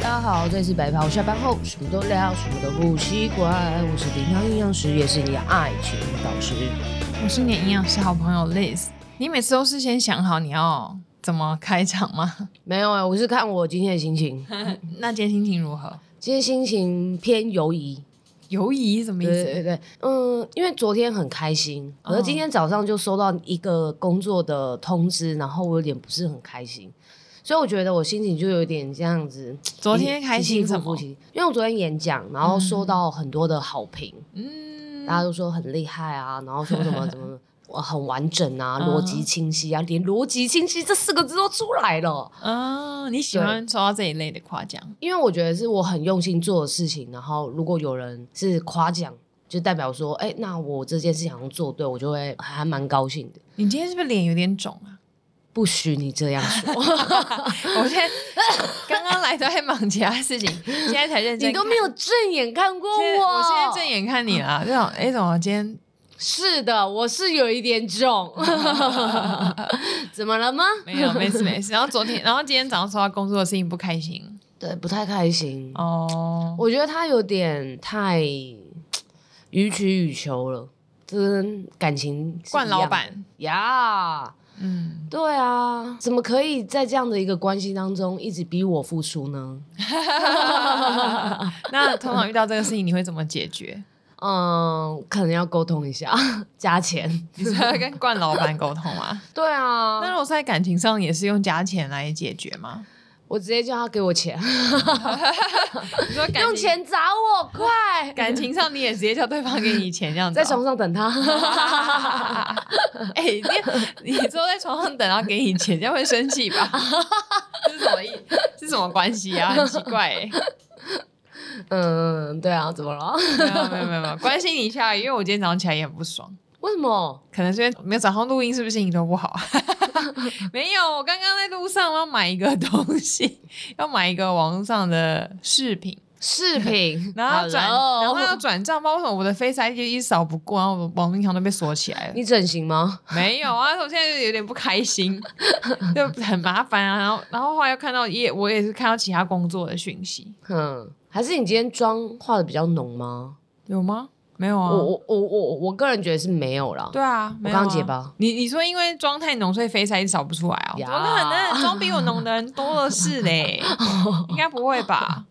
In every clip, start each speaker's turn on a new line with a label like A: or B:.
A: 大家好，这里是白袍。下班后什么都聊，什么都不奇怪。我是叮当营养师，也是你的爱情导师。
B: 我是你的营养师好朋友 Liz。你每次都是先想好你要怎么开场 吗？
A: 没有哎、我是看我今天的心 情。
B: 那今天心情如何？
A: 今天心情偏犹疑。
B: 犹疑什么意
A: 对对
B: 思？
A: 对，嗯，因为昨天很开心，可是今天早上就收到一个工作的通知，然后我有点不是很开心，所以我觉得我心情就有点这样子。
B: 昨天开心什么
A: 起？起伏伏？因为我昨天演讲，然后收到很多的好评。
B: 嗯，
A: 大家都说很厉害啊，然后说什么怎么呃很完整啊，
B: 嗯
A: 逻辑清晰啊，连逻辑清晰这四个字都出来了。
B: 啊，你喜欢收到这一类的夸奖？
A: 因为我觉得是我很用心做的事情，然后如果有人是夸奖，就代表说，哎、那我这件事情好像做对，我就会还蛮高兴的。
B: 你今天是不是脸有点肿 啊？
A: 不许你这样 说，
B: 我现在刚刚来都在忙其他事情，现在才认真。
A: 你都没有正眼看过
B: 现在
A: 我。
B: 我现在正眼看你啦，这种哎，怎么今天
A: 是的，我是有一点 肿， 怎么了吗？
B: 没有？没事 没事。然后昨天，然后今天早上收到工作的事情不开心
A: 对，不太开心。
B: 哦。
A: 我觉得他有点太予取予求了，这跟感情是
B: 惯
A: 一样
B: 老板，
A: 呀
B: 嗯。
A: 对啊，怎么可以在这样的一个关系当中一直逼我付出呢？
B: 那通常遇到这个事情，你会怎么解决？
A: 嗯，可能要沟通一下，加钱。
B: 你是要跟冠老板沟通 吗？
A: 对
B: 那
A: 啊，
B: 如果在感情上也是用加钱来解决吗？
A: 我直接叫他给我钱，
B: 你说感情
A: 用钱砸我，快！
B: 感情上你也直接叫对方给你 钱这样子、
A: 在床。上等他，
B: 哎、你你坐在床上等，然后给你钱，这样会生气吧？ 这是什么意？是什么关系啊？很奇怪、 欸。
A: 嗯，对啊，怎么了？
B: 没有没有没有没有，关心你一下，因为我今天早上起来也很不爽。
A: 为什么？
B: 可能是因为没有早上录音，是不是心情都不好 啊？没有，我刚刚在路上要买一个东西，要买一个网络上的饰品，
A: 视频，
B: 然后要转
A: Hello
B: 然后要转账，不知道为什么我的 Face ID 一直扫不过，然后我的网银行都被锁起 来了。
A: 你整形吗？
B: 没有啊，我现在就有点不开心， 就很麻烦啊。然后，然后后来又看到也我也是看到其他工作的讯息，
A: 嗯，还是你今天妆化的比较浓吗？
B: 有吗？没有啊。
A: 我我我我我个人觉得是没有啦。
B: 对啊，没有
A: 刚
B: 啊、
A: 结巴
B: 你你说因为妆太浓，所以 face ID 扫不出来哦？
A: 呀
B: 怎么可能？妆比我浓的人多了是嘞， 应该不会吧？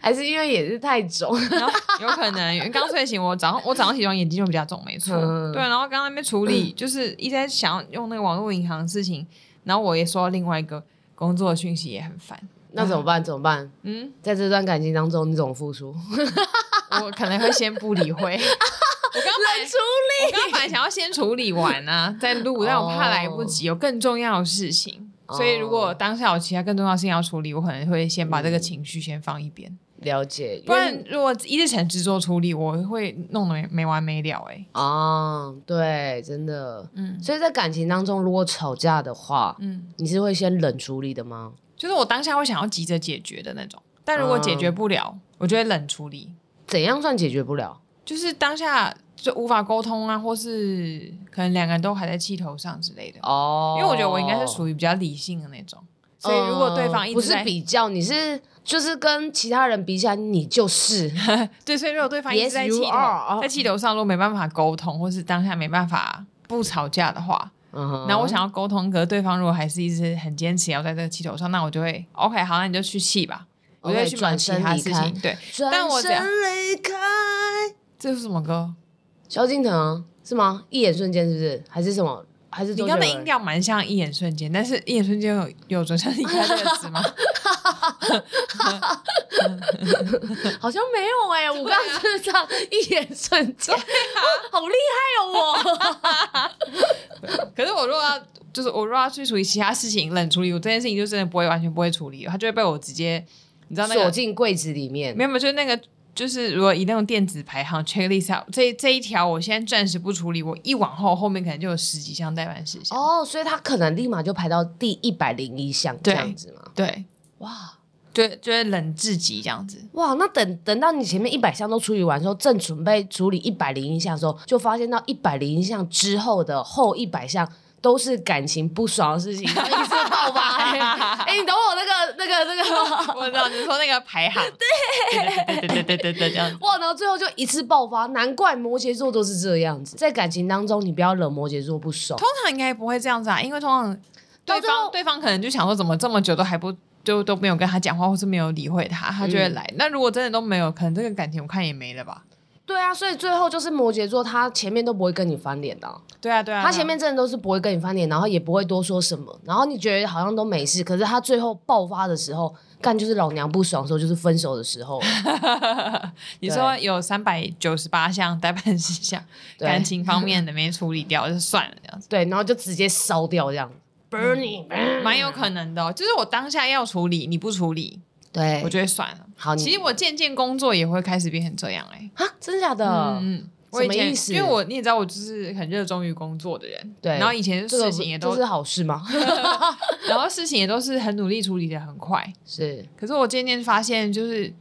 A: 还是因为也是太肿。
B: 然后有可能因为刚睡醒，我早上我早上起床眼睛就比较肿，没错。
A: 嗯
B: 对，然后刚刚那边 处理，就是一直在想要用那个网络银行的事情，然后我也收到另外一个工作的讯息，也很烦。
A: 那怎么办？怎么办？
B: 嗯，
A: 在这段感情当中，你怎么付出？
B: 我可能会先不理会。我刚本来
A: 处理。
B: 我刚本来想要先处理完啊，再录，但我怕来不及，有更重要的事情。
A: 哦
B: 所以，如果当下有其他更重要的事情要处理，我可能会先把这个情绪先放一边。
A: 了解，
B: 不
A: 因
B: 然
A: 为，
B: 如果一日成执着处理，我会弄得没没完没了、欸。
A: 啊，对，真的。
B: 嗯
A: 所以在感情当中，如果吵架的话，
B: 嗯，
A: 你是会先冷处理的吗？
B: 就是我当下会想要急着解决的那种，但如果解
A: 嗯
B: 决不了，我就会冷处理，
A: 怎样算解决不了？
B: 就是当下就无法沟通啊，或是可能两个人都还在气头上之类的。
A: 哦
B: 因为我觉得我应该是属于比较理性的那种，所以如果对方一
A: 嗯
B: 直
A: 不是
B: 在
A: 比较，你是就是跟其他人比起来，你 就是。
B: 对，所以如果对方一
A: Yes,
B: 直在
A: you
B: 气头
A: are. 哦
B: 在气头上，如果没办法沟通，或是当下没办法不吵架的话，
A: 嗯
B: 然后我想要沟通，可是对方如果还是一直很坚持要在这个气头上，那我就会 OK，好，那你就去气吧，我就会
A: OK，
B: 去忙
A: 转
B: 其
A: 身
B: 他
A: 离
B: 事
A: 开
B: 情。对，
A: 转
B: 但我只要
A: 身离开。
B: 这是什么歌？
A: 萧敬腾啊是吗？一眼瞬间是不是？还是什么？还是
B: 你
A: 周
B: 刚
A: 杰
B: 才音
A: 伦？
B: 调蛮像一眼瞬间，但是一眼瞬间有有转身离开这个词吗？
A: 好像没有哎、我刚刚是唱一眼瞬 间，好厉害哦！我
B: 可是我如果要就是我如果要去处理其他事情，冷处理，我这件事情就真的不会完全不会处理，它就会被我直接你知道那 个
A: 锁进柜子里面
B: 没。有，没有，就是那个，就是如果以那种电子排行 checklist 啊这这一条，我现在暂时不处理，我一往后后面可能就有十几项待办事项。
A: 哦，所以他可能立马就排到第一百零一项这
B: 对
A: 样子嘛？
B: 对，
A: 哇
B: 就就会冷至极这样子。
A: 哇，那等等到你前面一百项都处理完之后，正准备处理一百零一项的时候，就发现到一百零一项之后的后一 百项。都是感情不爽的事情，然后一次爆发、欸。哎、你懂我那个那个了这个，
B: 我知道你说那个排行，对对对对对对对，这样子
A: 哇，然后最后就一次爆发，难怪摩羯座都是这样子。在感情当中，你不要惹摩羯座不爽。
B: 通常应该不会这样子啊，因为通常
A: 到
B: 对
A: 最
B: 方
A: 后
B: 对方可能就想说，怎么这么久都还不就都没有跟他讲话，或是没有理会他，他就会来。那如果真的都没有，可能这个感情我看也没了吧。
A: 对啊，所以最后就是摩羯座，他前面都不会跟你翻脸的啊、
B: 对啊，对啊，
A: 他
B: 对啊
A: 前面真的都是不会跟你翻脸，然后也不会多说什么，然后你觉得好像都没事，可是他最后爆发的时候，干就是老娘不爽的时候，就是分手的时 候了。
B: 你说有三百九十八项待办事项，
A: 对
B: 感情方面的没处理掉就算了，这样子
A: 对，然后就直接烧掉这样，burning，、
B: 嗯蛮有可能的哦、就是我当下要处理，你不处理，
A: 对，
B: 我就会算了。
A: 好你
B: 其实我渐渐工作也会开始变成这样哎、
A: 啊，真的假的？
B: 嗯，嗯，我以
A: 什么
B: 前
A: 意思
B: 因为我你也知道，我就是很热衷于工作的人，
A: 对
B: 然后以前
A: 这个
B: 事
A: 不
B: 情也
A: 这
B: 都，
A: 是好事 吗？
B: 然后事情也都是很努力处理的很快。
A: 是，
B: 可是我渐渐发现，就是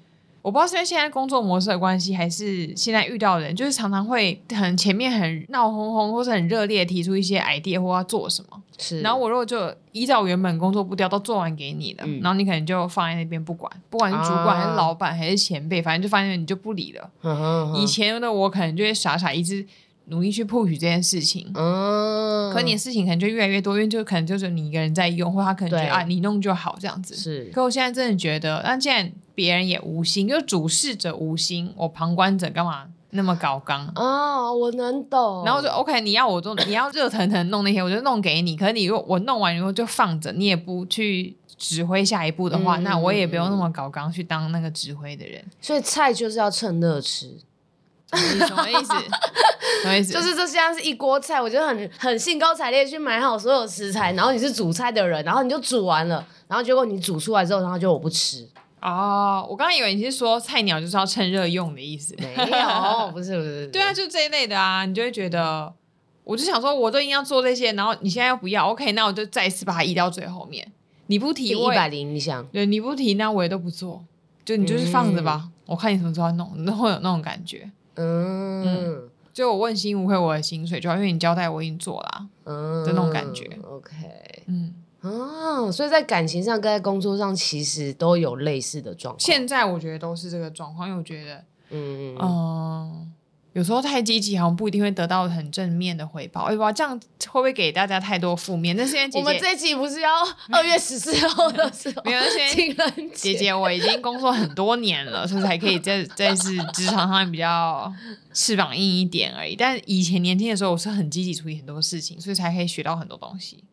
B: 我不知道是因为现在工作模式的关系，还是现在遇到的人，就是常常会很前面很闹哄哄，或是很热烈地提出一些 idea 或要做什么，
A: 是，
B: 然后我如果就依照原本工作步调都做完给你了，
A: 嗯
B: 然后你可能就放在那边不管，不管是主管还是
A: 啊
B: 老板还是前辈，反正就发现你就不理了。
A: 嗯哼
B: 以
A: 哼
B: 前的我可能就会傻傻一直努力去 push 这件事情，
A: 嗯，
B: 可你的事情可能就越来越多，因为就可能就是你一个人在用，或他可能觉
A: 对
B: 得啊你弄就好这样子。
A: 是
B: 可我现在真的觉得，那既然别人也无心，就主事者无心，我旁观者干嘛那么高刚？
A: 哦，我能懂。
B: 然后就哦 OK，你要我做，你要热腾腾弄那些，我就弄给你。可是你如果我弄完以后就放着，你也不去指挥下一步的话，
A: 嗯
B: 那我也不用那么搞刚去当那个指挥的人。
A: 所以菜就是要趁热吃，
B: 什么意思？什么意 思？
A: 就是这像是一锅菜，我觉得很很兴高采烈去买好所有食材，然后你是煮菜的人，然后你就煮完了，然后结果你煮出来之后，然后就我不 吃，
B: 哦，我刚刚以为你是说菜鸟就是要趁热用的意思。
A: 没有，不是不是，
B: 对啊，，就这一类的啊，你就会觉得，我就想说，我都已经要做这些，然后你现在又不要，OK，那我就再一次把它移到最后面。你不
A: 第
B: 提
A: 一
B: 我也
A: 百零一项，
B: 对，你不提，那我也都不做，就你就是放着吧，我看你什么时候要弄，你都会有那种感觉。
A: 嗯
B: 就我问心无愧我的薪水，主要因为你交代我已经做啦、
A: 嗯
B: 就那种感觉
A: ，OK，
B: 嗯，
A: 哦，所以在感情上跟在工作上其实都有类似的状况，
B: 现在我觉得都是这个状况，因为我觉得，
A: 嗯
B: 嗯、有时候太积极好像不一定会得到很正面的回报。哎哇，这样会不会给大家太多负面？但是因为姐
A: 我们
B: 姐
A: 这一集不是要二月十四号的时 候，
B: 没有那些
A: 情人
B: 姐
A: 节，
B: 姐我已经工作很多年了，所以才可以在在是职场上面比较翅膀硬一点而已。但以前年轻的时候，我是很积极处理很多事情，所以才可以学到很多东西。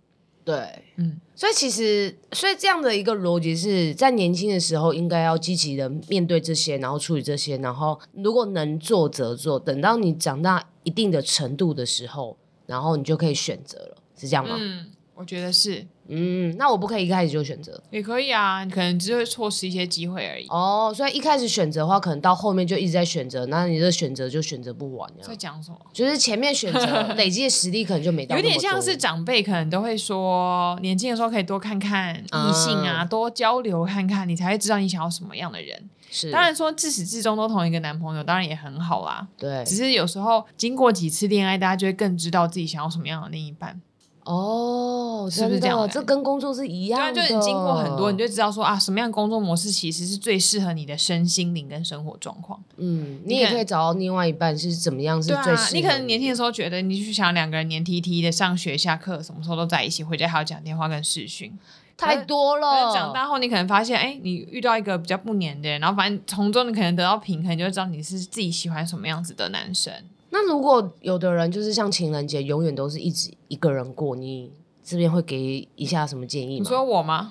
A: 对，
B: 嗯，
A: 所以其实，所以这样的一个逻辑是在年轻的时候应该要积极的面对这些，然后处理这些，然后如果能做则做，等到你长大一定的程度的时候，然后你就可以选择了，是这样吗？
B: 嗯，我觉得是
A: 嗯那我不可以一开始就选择
B: 也可以啊，你可能只会错失一些机会而已。
A: 哦，所以一开始选择的话，可能到后面就一直在选择，那你的选择就选择不完，这
B: 在
A: 样
B: 讲什么？
A: 就是前面选择累积的实力可能就没到
B: 有
A: 那么多，
B: 点像是长辈可能都会说，年轻的时候可以多看看异性啊，
A: 啊
B: 多交流看看，你才会知道你想要什么样的人。
A: 是
B: 当然说自始至终都同一个男朋友，当然也很好啦。
A: 对
B: 只是有时候经过几次恋爱，大家就会更知道自己想要什么样的另一半。
A: 哦，
B: 是不
A: 真
B: 是这样
A: 的
B: 的
A: 这跟工作是一
B: 当
A: 样
B: 然，就
A: 的，
B: 是你经过很多，你就知道说啊，什么样的工作模式其实是最适合你的身心灵跟生活状况。
A: 嗯，
B: 你
A: 你也
B: 可
A: 可以找到另外一半是怎么样是
B: 对
A: 最适合
B: 啊，你可能年轻的时候觉得你就想两个人黏 T T 的，上学、下课，什么时候都在一起，回家还要讲电话跟视讯。
A: 太多
B: 但
A: 了，
B: 是长大后，你可能发现，哎，你遇到一个比较不黏的人，然后反正从中你可能得到平衡，你就会知道你是自己喜欢什么样子的男生。
A: 那如果有的人就是像情人节永远都是一直一个人过，你这边会给一下什么建议
B: 你
A: 吗？
B: 说我吗？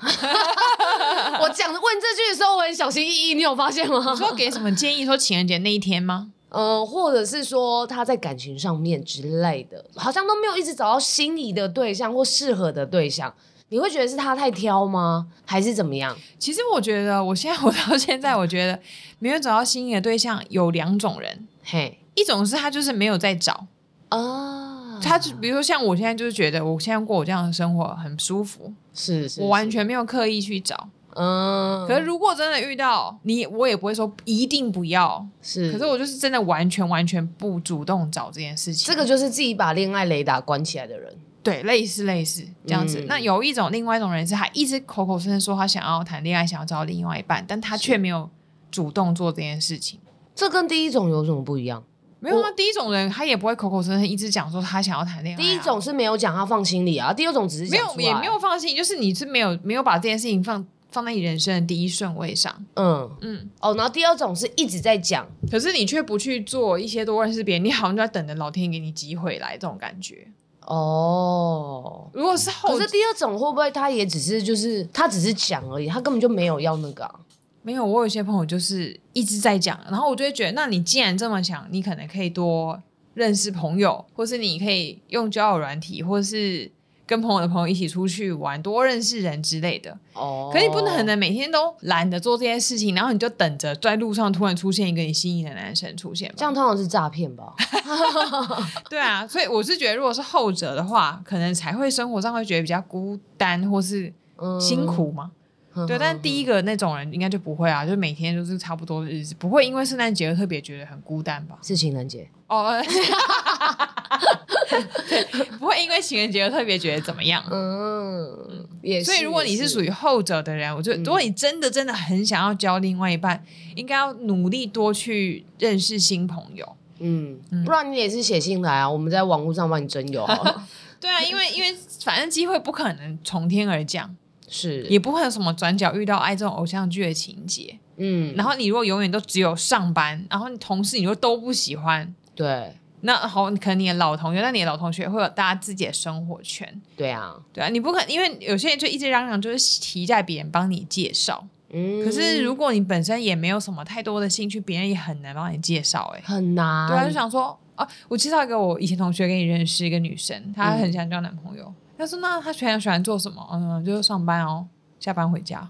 A: 我讲问这句的时候，我很小心翼翼，你有发现吗
B: 你？说给什么建议？说情人节那一天吗？
A: 嗯、或者是说他在感情上面之类的，好像都没有一直找到心仪的对象或适合的对象，你会觉得是他太挑吗？还是怎么样？
B: 其实我觉得，我现在我到现在，我觉得没有找到心仪的对象有两种人，
A: 嘿
B: 一种是他就是没有在找，嗯
A: 啊，
B: 他就比如说像我现在就是觉得我现在过我这样的生活很舒服，
A: 是是，
B: 我完
A: 是
B: 全没有刻意去找。
A: 嗯，
B: 可是如果真的遇到你，我也不会说一定不要。
A: 是，
B: 可是我就是真的完全完全不主动找这件事情，
A: 这个就是自己把恋爱雷达关起来的人。
B: 对，类似类似这样子。
A: 嗯
B: 那有一种另外一种人是，他一直口口声声说他想要谈恋爱，想要找另外一半，但他却没有主动做这件事情。
A: 这跟第一种有什么不一样？
B: 没有啊
A: 我，
B: 第一种人他也不会口口声声一直讲说他想要谈恋爱啊、
A: 第一种是没有讲，他放心里啊；第二种只是
B: 没
A: 讲
B: 有
A: 出
B: 也
A: 来
B: 没有，放心，就是你是没有没有把这件事情放放在你人生的第一顺位上，
A: 嗯
B: 嗯
A: 嗯哦。然后第二种是一直在讲，
B: 可是你却不去做一些多认识别人，你好像就在等着老天给你机会来这种感觉。
A: 哦。
B: 如果是后
A: 可是第二种会不会他也只是就是他只是讲而已，他根本就没有要那个、啊。
B: 没有，我有些朋友就是一直在讲，然后我就会觉得，那你既然这么想，你可能可以多认识朋友，或是你可以用交友软体，或是跟朋友的朋友一起出去玩，多认识人之类的。
A: 哦，
B: 可你不能每天都懒得做这些事情，然后你就等着在路上突然出现一个你心仪的男生出现吧。
A: 这样，通常是诈骗 吧？
B: 对啊，所以我是觉得，如果是后者的话，可能才会生活上会觉得比较孤单，或是
A: 嗯
B: 辛。苦嘛。
A: 哼
B: 对，但第一个那种人应该就不会啊，就每天都是差不多的日子，不会因为圣诞节而特别觉得很孤单吧？
A: 是情人节，
B: 哦， 呃不会因为情人节而特别觉得怎么样。
A: 嗯，也是。嗯
B: 所以，如果你是属于后者的人，我就如果你真的真的很想要交另外一半，应该要努力多去认识新朋友。
A: 嗯，不然你也是写信来啊，我们在网络上帮你征友好 了。
B: 对啊，因为因为反正机会不可能从天而降，
A: 是，
B: 也不会有什么转角遇到爱这种偶像剧的情节。
A: 嗯，
B: 然后你如果永远都只有上班，然后你同事你又都不喜欢，
A: 对，
B: 那好，可能你的老同学，那你的老同学会有大家自己的生活圈，
A: 对啊，
B: 对啊，你不可因为有些人就一直嚷嚷，就是期待别人帮你介绍，
A: 嗯，
B: 可是如果你本身也没有什么太多的兴趣，别人也很难帮你介绍、欸，
A: 很难，
B: 对啊，就想说啊，我介绍一个我以前同学给你认识一个女生，她
A: 嗯
B: 很想交男朋友，她说那她平常喜欢做什么？嗯，就是上班哦，下班回家。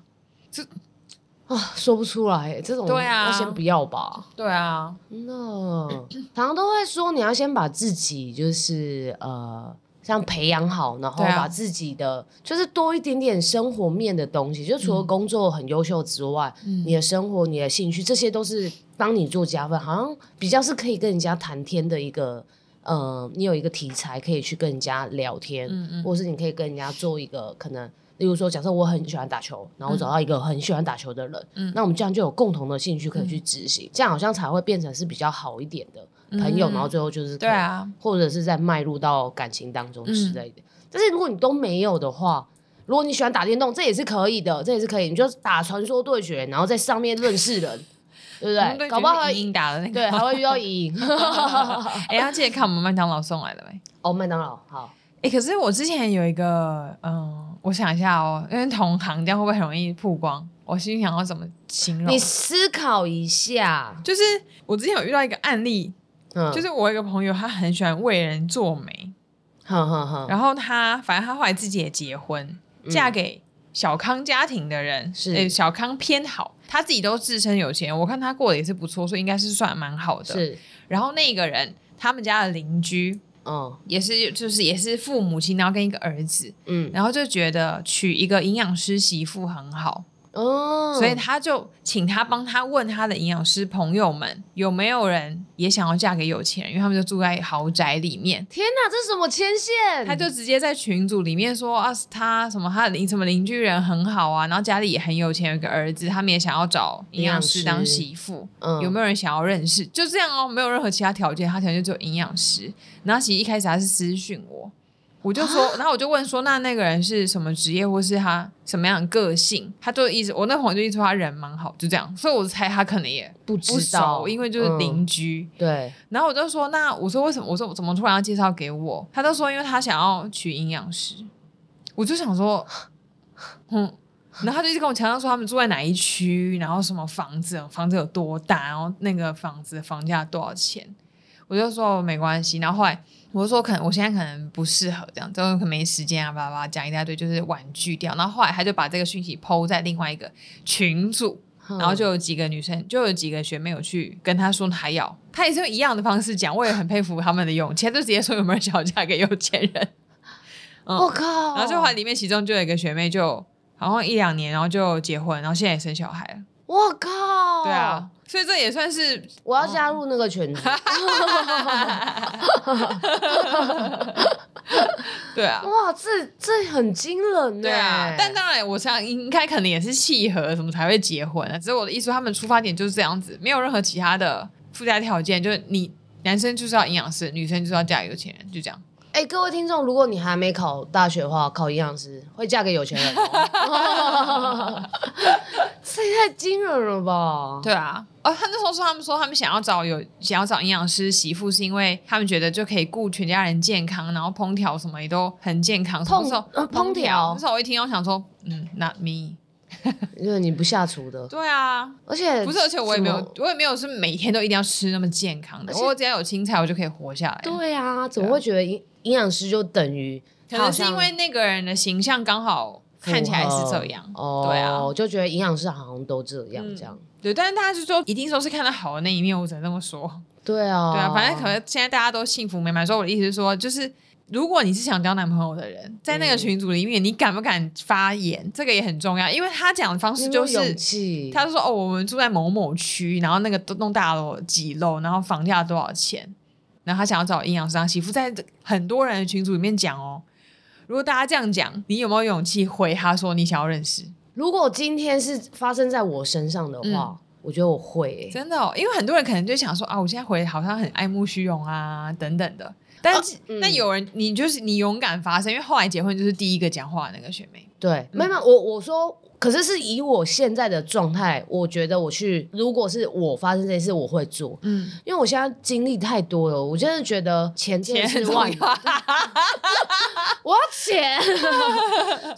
A: 啊，说不出来这种，
B: 对啊
A: 那先不要吧。
B: 对啊，
A: 那常常都会说，你要先把自己就是呃，像培养好，然后
B: 对啊
A: 把自己的、就是多一点点生活面的东西，就除了工作很优秀之外，
B: 嗯
A: 你的生活、你的兴趣，这些都是帮你做加分，好像比较是可以跟人家谈天的一个。呃，你有一个题材可以去跟人家聊天，
B: 嗯嗯
A: 或是你可以跟人家做一个可能，例如说，假设我很喜欢打球，然后我找到一个很喜欢打球的人，
B: 嗯
A: 那我们这样就有共同的兴趣可以去执行，这样好像才会变成是比较好一点的朋友，
B: 嗯
A: 然后最后就是可
B: 对
A: 以，
B: 啊，嗯
A: 或者是在迈入到感情当中之类的。但是如果你都没有的话，如果你喜欢打电动，这也是可以的，这也是可以，你就打传说对决，然后在上面认识人，对不对？搞不好还
B: 英打的那个，
A: 对还会遇到莹莹
B: 哎、要记得看我们麦当劳送来的没？
A: 哦，麦当劳好，
B: 哎、可是我之前有一个，嗯，我想一下哦，因为同行这样会不会很容易曝光？我心想要怎么形容
A: 你？思考一下，
B: 就是我之前有遇到一个案例，
A: 嗯，
B: 就是我有一个朋友，他很喜欢为人做媒，
A: 哼哼哼，
B: 然后他反正他后来自己也结婚，
A: 嗯
B: 嫁给小康家庭的人，
A: 是
B: 诶小康偏好，他自己都自称有钱，我看他过得也是不错，所以应该是算蛮好的。
A: 是，
B: 然后那个人，他们家的邻居
A: 嗯
B: 也是就是也是父母亲，然后跟一个儿子，
A: 嗯
B: 然后就觉得娶一个营养师媳妇很好，
A: 哦，
B: 所以他就请他帮他问他的营养师朋友们有没有人也想要嫁给有钱人，因为他们就住在豪宅里面。
A: 天哪，这是什么牵线？
B: 他就直接在群组里面说啊，他什么他的邻什么邻居人很好啊，然后家里也很有钱，有一个儿子，他们也想要找营养师
A: 营养师
B: 当媳妇，
A: 嗯
B: 有没有人想要认识？就这样哦，没有任何其他条件，他条件就只有营养师。然后其实一开始他是私讯我，我就说，
A: 啊
B: 然后我就问说，那那个人是什么职业，或是他什么样的个性？他就一直我那朋友就一直说他人蛮好，就这样，所以我猜他可能也
A: 不
B: 不
A: 知道，
B: 熟，因为就是
A: 嗯
B: 邻居。
A: 对，
B: 然后我就说，那我说为什么？我说怎么突然要介绍给我？他就说，因为他想要娶营养师。我就想说， 嗯，然后他就一直跟我强调说他们住在哪一区，然后什么房子，房子有多大，然后那个房子房价多少钱。我就说没关系，然后后来我就说可能我现在可能不适合这样，之后可能没时间啊，巴拉巴拉讲一大堆，就是婉拒掉。然后后来他就把这个讯息抛在另外一个群组，
A: 嗯
B: 然后就有几个女生，就有几个学妹有去跟她说她要，她也是用一样的方式讲，我也很佩服他们的勇气，她就直接说有没有人想要嫁给有钱人，嗯
A: 我靠，
B: 然后就后来里面其中就有一个学妹就好像一两年，然后就结婚，然后现在也生小孩了，
A: 我靠，
B: 对啊，，嗯所以这也算是
A: 我要加入那个圈子，
B: 对啊，
A: 哇，这这很惊人呢。欸
B: 对啊，但当然，我想应该可能也是契合什么才会结婚啊。只是我的意思说，他们出发点就是这样子，没有任何其他的附加条件，就是你男生就是要营养师，女生就是要嫁有钱人，就这样。
A: 哎、各位听众，如果你还没考大学的话，考营养师会嫁给有钱人、 哦，这也太惊人了吧？
B: 对啊，哦，他那时候说他们说他们想要找有想要找营养师媳妇，是因为他们觉得就可以顾全家人健康，然后烹调什么也都很健康。什么
A: 烹
B: 时候
A: 呃烹调
B: 那时候我一听，我想说，嗯，not me。
A: 因为你不下厨的，
B: 对啊，
A: 而且
B: 不是，而且我也没
A: 什么
B: 有，我也没有是每天都一定要吃那么健康的，
A: 而且
B: 我只要有青菜，我就可以活下来。
A: 对啊，怎么会觉得营营养师就等于
B: 可能是因为那个人的形象刚好看起来是这样，
A: 哦？
B: 对啊，
A: 就觉得营养师好像都这样、
B: 嗯
A: 这样。
B: 对。但是大家就说一定都是看到好的那一面，我只能这么说。
A: 对啊，
B: 对啊，反正可能现在大家都幸福美满。所以我的意思是说，就是如果你是想交男朋友的人，在那个群组里面，你敢不敢发言，这个也很重要，因为他讲的方
A: 你有
B: 式
A: 没有勇
B: 就是。
A: 气，
B: 他就说：“哦，我们住在某某区，然后那个栋大楼几楼，然后房价多少钱？然后他想要找营养师当媳妇，在很多人的群组里面讲哦。如果大家这样讲，你有没有勇气回他说你想要认识？
A: 如果今天是发生在我身上的话，我觉得我会、欸。
B: 嗯真的、哦，因为很多人可能就想说啊，我现在回好像很爱慕虚荣啊等等的。但是、
A: 嗯
B: 但有人，你就是你勇敢发声，因为后来结婚就是第一个讲话的那个学妹。
A: 对，没有，没有我我说，可是是以我现在的状态，我觉得我去，如果是我发生这件事，我会做，
B: 嗯，
A: 因为我现在经历太多了，我真的觉得钱真的
B: 钱很
A: 是
B: 重
A: 万，
B: 要。
A: 我要 钱，所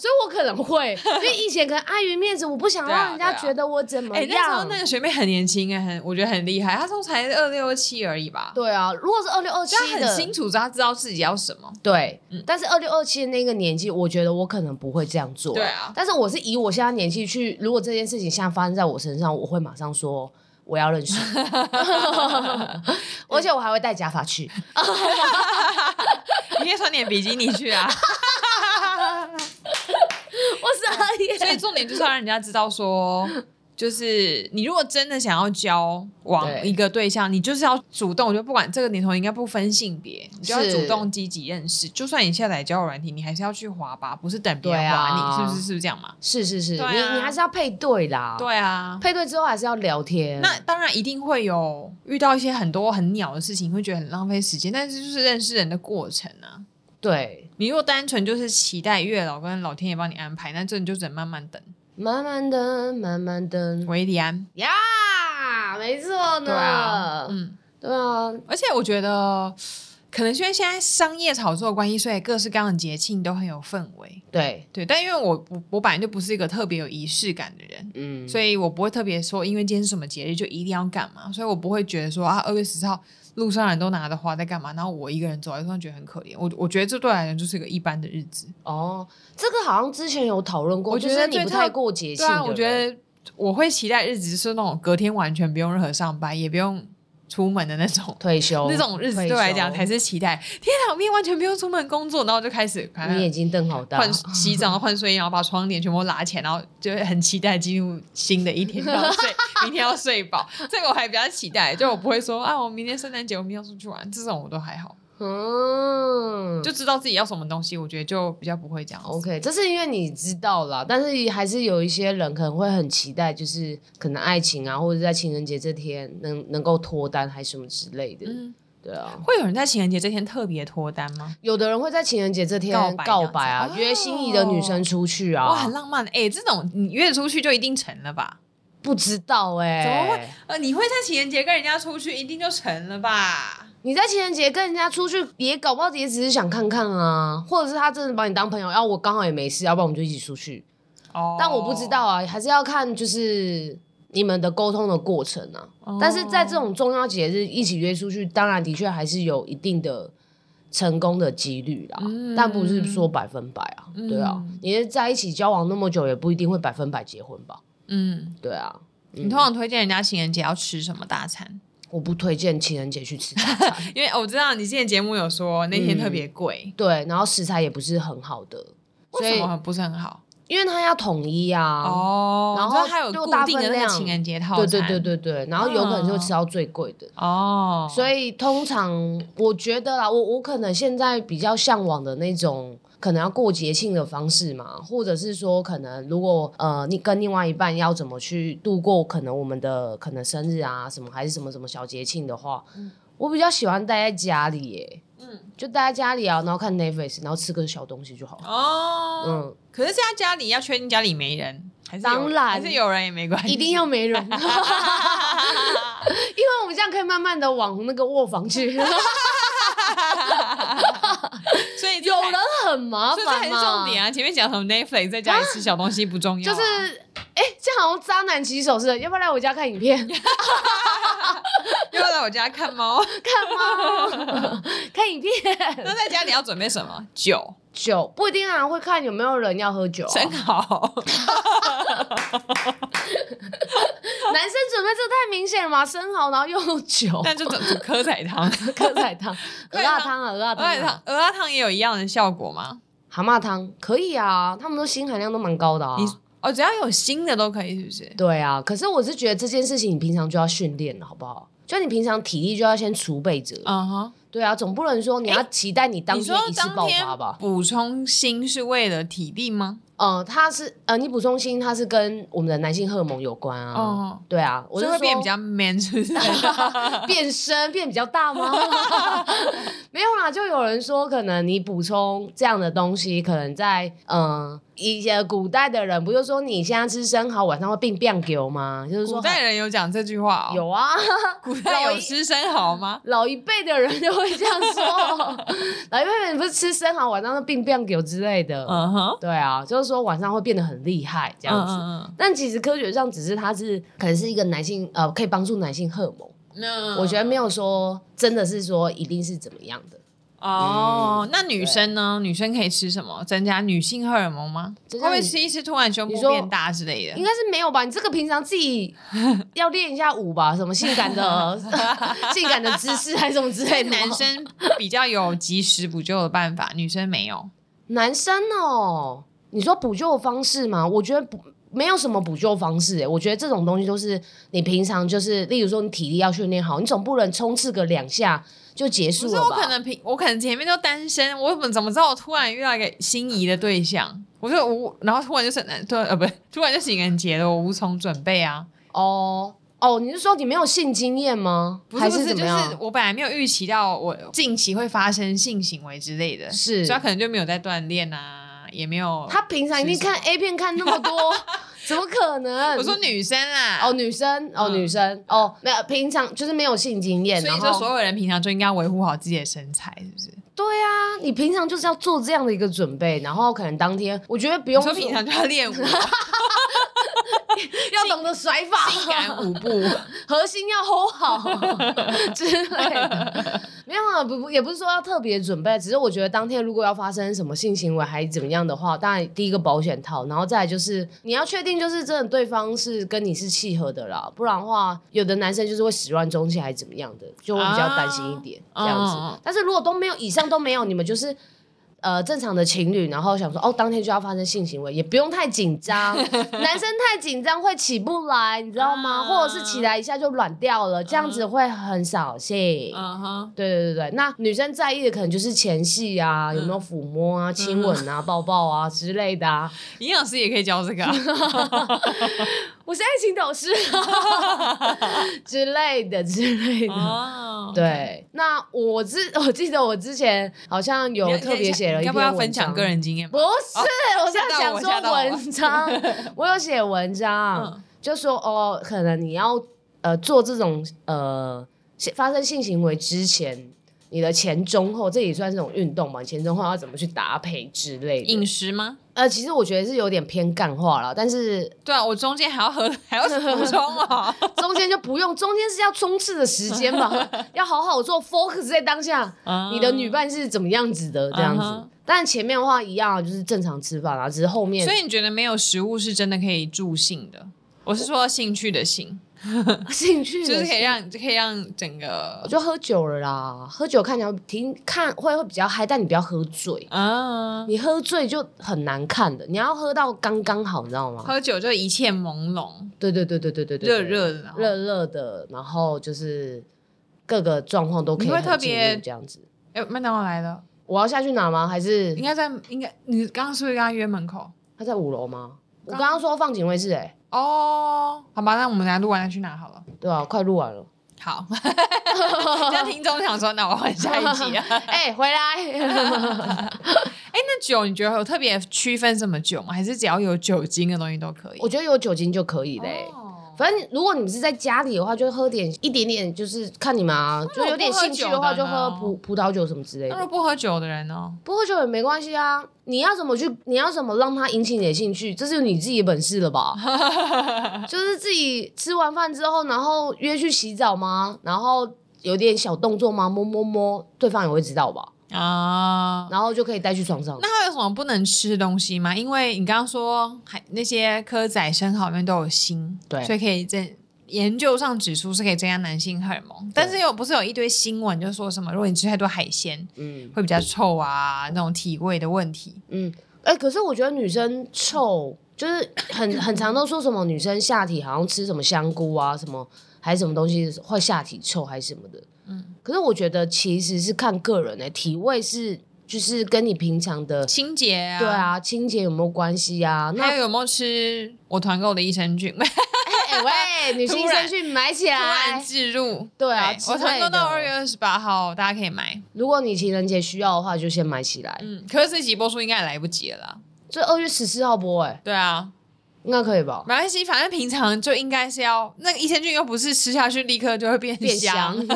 A: 以我可能会，因为以前可能碍于面子，我不想
B: 对啊
A: 让人家
B: 对啊
A: 觉得我怎么
B: 哎、那时候
A: 样。
B: 那个学妹很年轻哎，很我觉得很厉害，她从才二六七而已吧。
A: 对啊，如果是二六二七
B: 就她很清
A: 的，
B: 楚，她知道自己要什么。
A: 对，
B: 嗯
A: 但是二六二七的那个年纪，我觉得我可能不会这样做。
B: 对啊
A: 但是我是以我现在年纪去，如果这件事情现在发生在我身上，我会马上说我要认 识你，而且我还会戴假发 去。
B: 你可以穿点比基尼去啊。
A: 我是二
B: 所以
A: 爷，
B: 重点就是要让人家知道说，就是你如果真的想要交往
A: 对
B: 一个对象，你就是要主动，就不管这个年头应该不分性别，你就要
A: 是
B: 主动积极认识。就算你下载交友软体，你还是要去滑吧，不是等别人
A: 对啊
B: 滑你，是不是？是不是这样嘛？
A: 是是是，
B: 对啊
A: 你你还是要配对啦。
B: 对啊。
A: 配对之后还是要聊天。
B: 那当然一定会有遇到一些很多很鸟的事情，会觉得很浪费时间，但是就是认识人的过程啊。
A: 对，
B: 你如果单纯就是期待月老跟老天爷帮你安排，那这你就只能慢慢等。
A: 慢慢的，慢慢的，
B: 维里安，
A: 呀没错呢。
B: 对啊，嗯，
A: 对啊，
B: 而且我觉得，可能是因为现在商业炒作的关系，所以各式各样的节庆都很有氛围。
A: 对，
B: 对，但因为我我我本来就不是一个特别有仪式感的人，
A: 嗯，
B: 所以我不会特别说，因为今天是什么节日就一定要干嘛，所以我不会觉得说啊，二月十四号路上人都拿着花在干嘛，然后我一个人走在路上觉得很可怜。我我觉得这对我来讲就是一个一般的日子。
A: 哦，这个好像之前有讨论过，
B: 我觉得
A: 就是你
B: 最
A: 不
B: 特
A: 太过节
B: 对
A: 庆，
B: 啊，我
A: 不
B: 觉得我会期待日子是那种隔天完全不用任何上班，也不用出门的那种。
A: 退休
B: 那种日子对我来讲才
A: 是
B: 是期待。天啊，我明天完全不用出门工作，然后就开始反
A: 你
B: 正
A: 眼睛瞪好大
B: 换，洗澡、换睡衣，然后把窗帘全部拉起来，然后就会很期待进入新的一天，要睡，明天要睡饱。这个我还比较期待，就我不会说啊，我明天圣诞节我们要出去玩，这种我都还好，
A: 嗯，
B: 就知道自己要什么东西，我觉得就比较不会这样子。
A: OK，这是因为你知道啦，但是还是有一些人可能会很期待，就是可能爱情啊，或者在情人节这天能能够脱单还是什么之类的，
B: 嗯，
A: 对啊。
B: 会有人在情人节这天特别脱单吗？
A: 有的人会在情人节这天
B: 告白
A: 告
B: 这样
A: 白啊，
B: 子哦
A: 约心仪的女生出去啊，
B: 哇，很浪漫哎、这种你约出去就一定成了吧？
A: 不知道哎、
B: 怎么会？呃，你会在情人节跟人家出去，一定就成了吧？
A: 你在情人节跟人家出去，也搞不好也只是想看看啊，或者是他真的把你当朋友，然后啊我刚好也没事，要不然我们就一起出去。
B: 哦，
A: 但我不知道啊，还是要看就是你们的沟通的过程啊。
B: 哦
A: 但是在这种重要节日一起约出去，当然的确还是有一定的成功的几率啦，
B: 嗯
A: 但不是说百分百啊，对啊
B: 嗯，
A: 你在一起交往那么久，也不一定会百分百结婚吧？
B: 嗯，
A: 对啊，
B: 你通常推荐人家情人节要吃什么大餐？
A: 我不推荐情人节去吃大 餐，
B: 因为哦我知道你之前节目有说那天特别贵，
A: 对，然后食材也不是很好的，所
B: 为什
A: 以
B: 么不是很好？
A: 因为它要统一啊。
B: 哦，
A: 然
B: 你说
A: 后
B: 它有
A: 就
B: 固
A: 大
B: 定的
A: 分
B: 那个
A: 量
B: 情人节套
A: 对
B: 餐，啊
A: 对对，对对，然后有可能就会吃到最贵的。
B: 哦，
A: 所以通常我觉得啦，我我可能现在比较向往的那种，可能要过节庆的方式嘛，或者是说，可能如果呃，你跟另外一半要怎么去度过，可能我们的可能生日啊什么，还是什么什么小节庆的话，
B: 嗯
A: 我比较喜欢待在家里耶，嗯，就待在家里啊，然后看 Netflix，然后吃个小东西就好了，
B: 哦，
A: 嗯，
B: 可是现在家里要确定家里没人，还是有
A: 当
B: 人
A: 然
B: 还是有人也没关系，
A: 一定要没人，因为我们这样可以慢慢的往那个卧房去， 有
B: 所以这还
A: 人很麻
B: 所以这还
A: 烦
B: 是
A: 嘛，
B: 重点啊！前面讲什么 Netflix 在家里吃小东西不重要
A: 就
B: 啊、
A: 是，哎、这样好像渣男骑手似的，要不要来我家看影 片？
B: 又要来我家看猫。
A: 看吗？ 看影片？
B: 那在家里要准备什么？酒，
A: 酒不一定啊，会看有没有人要喝酒啊、
B: 真好。
A: 男生准备这太明显了嘛，生蚝然后又有 酒，
B: 但就煮煮蚵仔汤，
A: 蚵仔 汤、鹅辣汤啊、鹅辣
B: 蚵
A: 汤
B: 仔
A: 啊、
B: 汤，鹅仔汤也有一样的效果吗？
A: 蛤蟆汤可以啊，他们都锌含量都蛮高的啊
B: 你。哦，只要有新的都可以，是不是？
A: 对啊，可是我是觉得这件事情你平常就要训练了，好不好？就你平常体力就要先储备着。
B: 嗯哼，
A: 对啊，总不能说你要期待你当
B: 你
A: 天
B: 说
A: 一次
B: 当
A: 爆
B: 天
A: 发吧？
B: 补充锌是为了体力吗？
A: 呃，它是呃，你补充锌，它是跟我们的男性荷尔蒙有关啊。
B: 哦
A: 对啊，我
B: 就是会变
A: 说
B: 比较 man，是不是？
A: 变身变比较大吗？ 没有啦，就有人说，可能你补充这样的东西，可能在嗯、呃一些古代的人，不就说你现在吃生蚝，晚上会病变瘤吗？就是说
B: 古代人有讲这句话哦，
A: 有啊，
B: 古代
A: 老
B: 有
A: 一
B: 吃生蚝吗？
A: 老一辈的人就会这样说， 老一辈的人不是吃生蚝晚上会病变瘤之类的。
B: 嗯哼，嗯
A: 对啊，就是说晚上会变得很厉害这
B: 这
A: 样子。
B: 子，
A: 但其实科学上只是它是可能是一个男性呃可以帮助男性荷尔蒙，
B: 那
A: 我觉得没有说真的是说一定是怎么样的，嗯
B: 哦，那女生呢？女生可以吃什么？增加女性荷尔蒙吗？会
A: 增
B: 不
A: 加
B: 会
A: 女
B: 吃一吃突然胸部
A: 你说
B: 变大之类
A: 应
B: 的？
A: 该是没有吧？你这个平常自 己要练一下舞吧，什么性感的性感的姿势还是什么之类的吗。
B: 男生比较有及时补救的办法，女生没有。
A: 男生哦，你说补救方式吗？我觉得不。没有什么补救方式、欸，我觉得这种东西都是你平常就是，例如说你体力要训练好，你总不能冲刺个两下就结
B: 不
A: 束
B: 是
A: 了
B: 我
A: 吧？
B: 可能平，我可能前面就单身，我怎么怎么知道我突然遇到一个心仪的对象？我就我，然后突然就是突然呃不，突然就情人节了，我无从准备啊。
A: 哦哦，你是说你没有性经验吗？
B: 不
A: 还
B: 是不
A: 怎
B: 就
A: 么
B: 是
A: 样？
B: 我本来没有预期到我近期会发生性行为之类的，
A: 是
B: 所以他可能就没有在锻炼啊，也没有。
A: 他平常一定看 A 片看那么 多，怎么可能？
B: 我说女生啦，
A: 哦，女生哦，
B: 嗯
A: 女生哦，没有平常就是没有性经验，
B: 所以
A: 然
B: 说
A: 后
B: 所有人平常就应该维护好自己的身材，是不是？
A: 对啊，你平常就是要做这样的一个准备，然后可能当天我觉得不用
B: 我说平常就要 练舞，性
A: 要懂得甩法，
B: 感舞步，
A: 核心要 hold 好之类 的，没有啊，不不，也不是说要特别准备，只是我觉得当天如果要发生什么性行为还怎么样的话，当然第一个保险套，然后再来就是你要确定就是真的对方是跟你是契合的啦，不然的话，有的男生就是会始乱终弃还是怎么样的，就会比较担心一点、
B: 啊
A: 这样子。
B: 嗯嗯嗯
A: 但是如果都没有，以上都没有，你们就是。呃，正常的情侣，然后想说，哦，当天就要发生性行为，也不用太紧张。 男生太紧张会起不来，你知道吗？
B: 啊
A: 或者是起来一下就软掉了，这样子会很扫兴。
B: 嗯哼，
A: 对对对对，那女生在意的可能就是前戏啊，
B: 嗯
A: 有没有抚摸啊、亲吻啊、抱抱啊之类的 啊。
B: 营养师也可以教这个啊，
A: 我是爱情导师啊之类的之类的。
B: 哦，
A: 对，那我之我记得我之前好像有
B: 你
A: 特别写了一篇
B: 你要不要分享
A: 文章
B: 个人经验
A: 不
B: 吗？
A: 是，我是
B: 哦吓到
A: 想
B: 我
A: 说
B: 吓到我
A: 文 章，我有写文章，
B: 嗯
A: 就说哦，可能你要呃做这种呃性发生性行为之前，你的前中后，这也算是种运动嘛？前中后要怎么去搭配之类
B: 饮
A: 的？
B: 食吗？
A: 呃，其实我觉得是有点偏干话了，但是
B: 对啊，我中间还 要喝，还要补充啊。
A: 中间就 不用，中间是要冲刺的时间嘛， 要好好做 focus 在当下。
B: 啊
A: 你的女伴是怎么样子的这样
B: 嗯
A: 子
B: 哼？
A: 但前面的话一样啊，就是正常吃饭啊，只是后面
B: 所以你觉得没有食物是真的可以助兴的？我是说兴趣的兴，
A: 兴趣
B: 就是可以
A: 是
B: 让可以让整
A: 我
B: 个
A: 就喝酒了啦，喝酒看起来挺看会会比较嗨，但你不要喝醉，
B: 啊，
A: 你喝醉就很难看的，你要喝到刚刚好，你知道吗？
B: 喝酒就一切朦胧，
A: 对对对对对对对，
B: 热热的，然后
A: 热热的，然后就是各个状况都可以
B: 你会
A: 很
B: 特
A: 进
B: 别
A: 入这样子。
B: 哎，麦当劳来了，
A: 我要下去拿吗？还是
B: 应该在应该你刚刚是不是跟他约门口？
A: 他在五楼吗？我
B: 刚
A: 刚刚说放警卫室、欸，哎，
B: 哦，好吧，那我们等下录完再去拿好了。
A: 对啊，快录完 了。
B: 好，这样听众想说，那我换下一 集啊。
A: 哎、回来，
B: 哎，那酒你觉得有特别区分什么酒吗？还是只要有酒精的东西都可以？
A: 我觉得有酒精就可以欸嘞、
B: 哦
A: 反正如果你们是在家里的话，就喝点一点点，就是看你们啊，就有点兴趣的话，
B: 那如
A: 就
B: 果不喝酒的
A: 喝
B: 呢
A: 葡葡萄酒什么之类
B: 那如
A: 的。
B: 果不喝酒的人呢？
A: 不喝酒也没关系啊，你要怎么去，你要怎么让它引起你的兴趣，这是你自己的本事了 吧？就是自己吃完饭之后，然后约去洗澡吗？然后有点小动作吗？摸摸摸，对方也会知道吧？
B: 啊，
A: 然后就可以带去床上。
B: 那还有什么不能吃的东西吗？因为你刚刚说还那些蚵仔生蚝里面都有锌，
A: 对
B: 所以可以增研究上指出是可以增加男性荷尔蒙。但是有不是有一堆新闻就说什么，如果你吃太多海鲜
A: 嗯
B: 会比较臭啊，那种体味的问题。
A: 嗯，哎、可是我觉得女生臭，就是很很常都说什么女生下体好像吃什么香菇啊，什么还是什么东西会下体臭还是什么的。嗯，可是我觉得其实是看个人诶、欸体味是就是跟你平常的
B: 清洁啊，
A: 对，啊清洁有没有关系啊？那
B: 还有有没有吃我团购的益生菌？
A: 哎、喂，女性
B: 突然
A: 生去买起
B: 突然
A: 来。
B: 置入，
A: 对啊之
B: 我团
A: 类
B: 购到
A: 的
B: 二月二十八号，大家可以买。
A: 如果你情人节需要的话，就先买起来。
B: 嗯，可是这集播出应该也来不及了啦。
A: 这二月十四号播、欸，哎，
B: 对啊，
A: 应该可以吧？
B: 没关系，反正平常就应该是要那个益生菌，又不是吃下去立刻就会变
A: 变
B: 香，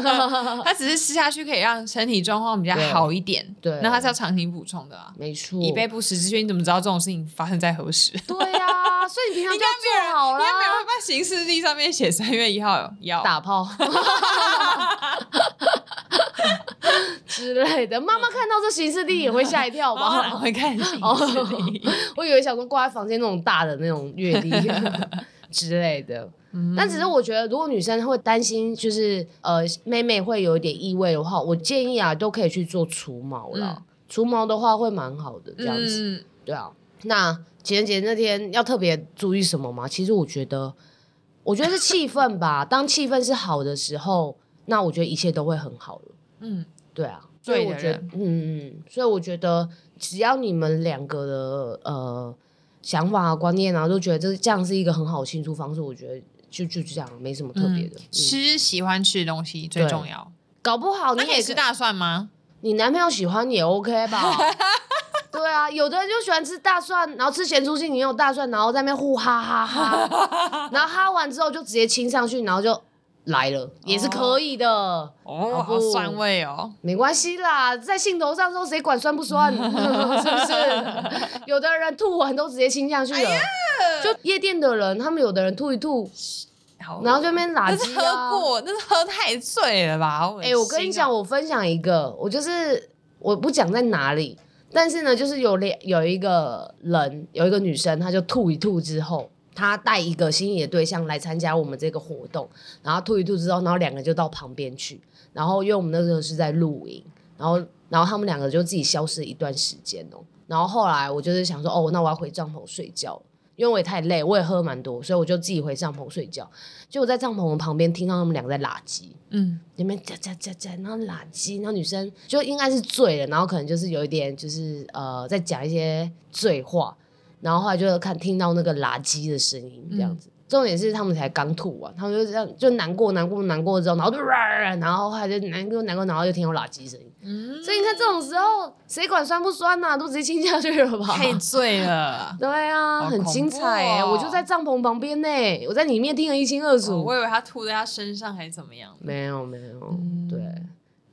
B: 它只是吃下去可以让身体状况比较
A: 对
B: 好一点。
A: 对
B: 那它是要长期补充的啊。
A: 没错，
B: 以备不时之需，你怎么知道这种事情发生在何时？ 应
A: 对呀、所以你平 常就要做好
B: 该没有
A: 啦
B: 人。把行事历上面写三月一号有要
A: 打炮 之类的，妈妈看到这行事历也会吓一跳
B: 妈妈懒
A: 吧？
B: 哦会看行事历。
A: 我以为想说挂在房间那种大的那种阅历之类的。
B: 嗯
A: 但只是我觉得，如果女生会担心，就是呃，妹妹会有一点异味的话，我建议啊，都可以去做除毛啦。
B: 嗯
A: 除毛的话会蛮好的，这样子。
B: 嗯，
A: 对啊，那情人节那天要特别注意什么吗？其实我觉得，我觉得是气氛吧。当气氛是好的时候，那我觉得一切都会很好了。
B: 嗯，
A: 对啊，所以
B: 对的
A: 我觉得
B: 人，
A: 嗯嗯，所以我觉得，只要你们两个的呃想法啊、观念啊，都觉得这这样是一个很好的庆祝方式，我觉得就就这样，没什么特别的。嗯
B: 吃喜欢吃的东西最重要。
A: 搞不好你
B: 那你
A: 也
B: 吃大蒜吗？
A: 你男朋友喜欢也 OK 吧？对啊，有的人就喜欢吃大蒜，然后吃咸酥鸡，你有大蒜，然后在那边互哈哈哈， 然后哈完之后就直接亲上去，然后就来了，也是可以的，
B: 哦，
A: 啊
B: 好
A: 不
B: 酸味哦。
A: 没关系啦，在兴头上的时候谁管酸不 酸，是不是？有的人吐完都直接亲上去
B: 哎
A: 了，就夜店的人，他们有的人吐一吐，然后就在那边垃
B: 那是
A: 圾
B: 喝
A: 啊。
B: 过，那是喝太醉了吧？哎
A: 哎、我跟你讲，，我分享一个，我就是我不讲在哪里，但是呢，就是有两有一个人，有一个女生，她就吐一吐之后，她带一个心仪的对象来参加我们这个活动，然后吐一吐之后，然后两个就到旁边去，然后因为我们那时候是在露营，然后然后他们两个就自己消失一段时间哦、然后后来我就是想说，哦，那我要回帐篷睡觉了。因为我也太累，我也喝蛮多，所以我就自己回帐篷睡觉。结果在帐篷的旁边听到他们两个在拉鸡，
B: 嗯，
A: 里面夹夹夹夹，然后垃圾，然后女生就应该是醉了，然后可能就是有一点就是呃在讲一些醉话，然后后来就看听到那个垃圾的声音这样子。
B: 嗯
A: 重点是他们才刚吐完，他们就这样就难过难过难过之后，然后就然后后来就难过难过，然后就听到垃圾声音。
B: 嗯
A: 所以你看这种时候谁管酸不酸呐、都直接亲下去了吧？
B: 太醉 了。
A: 对啊，
B: 好
A: 很精彩
B: 恐
A: 哎、
B: 怖哦
A: 我就在帐篷旁边呢、我在里面听得一清二楚。
B: 我以为他吐在他身上还是怎么样的。
A: 没有没有，对。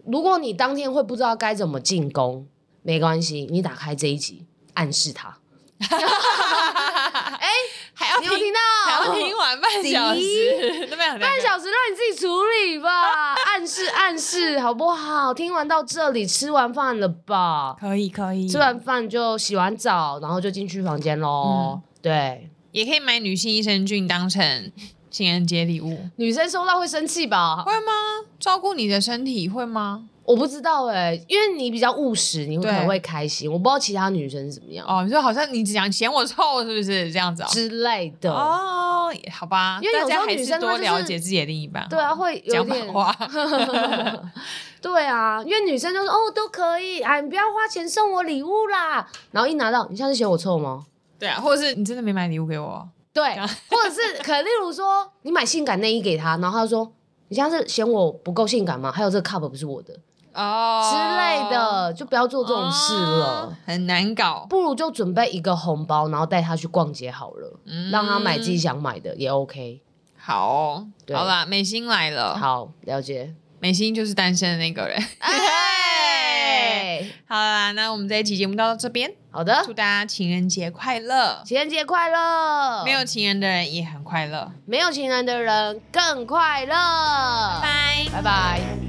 A: 如果你当天会不知道该怎么进攻，没关系，你打开这一集暗示他。 哎、
B: 还要
A: 你有
B: 听
A: 听
B: 还
A: 到？
B: 要听完半小时， 那边有两个
A: 半小时让你自己处理吧，暗示暗示好不好？听完到这里，吃完饭了吧？
B: 可以可以，
A: 吃完饭就洗完嗯澡，然后就进去房间喽。对，
B: 也可以买女性益生菌当成情人节礼物，
A: 女生收到会生气吧？
B: 会吗？照顾你的身体会吗？
A: 我不知道哎、因为你比较务实，你会可
B: 对
A: 能会开心。我不知道其他女生是怎么样、
B: 哦，你说好像你只想嫌我臭是不是这样子哦？
A: 之类的。
B: 哦，也好吧，
A: 因为有
B: 大
A: 时
B: 家
A: 候
B: 还
A: 女
B: 是
A: 生她
B: 多
A: 就是
B: 了解自己的另一半，
A: 对啊，，会有
B: 讲反
A: 点。
B: 话，
A: 对啊，因为女生就说哦都可以，哎，你不要花钱送我礼物啦。然后一拿到，你下次嫌我臭吗？
B: 对啊，或者是你真的没买礼物给我，
A: 对， 或者是可能例如说，你买性感内衣给他，然后他说你现在是嫌我不够性感吗？还有这个 cup 不是我的、
B: 哦
A: 之类的，就不要做这种事了。
B: 哦很难搞，
A: 不如就准备一个红包，然后带他去逛街好了，
B: 嗯
A: 让他买自己想买的也 OK。
B: 好哦，
A: 对
B: 好啦，美心来了，
A: 好，了 解。
B: 美心就是单身的那 个人。
A: 哎，
B: 好啦，那我们这一期节目到这边，
A: 好的
B: 祝，大家情人节快乐！
A: 情人节快乐！
B: 没有情人的人也很快乐，
A: 没有情人的人更快乐。
B: 拜。
A: 拜拜。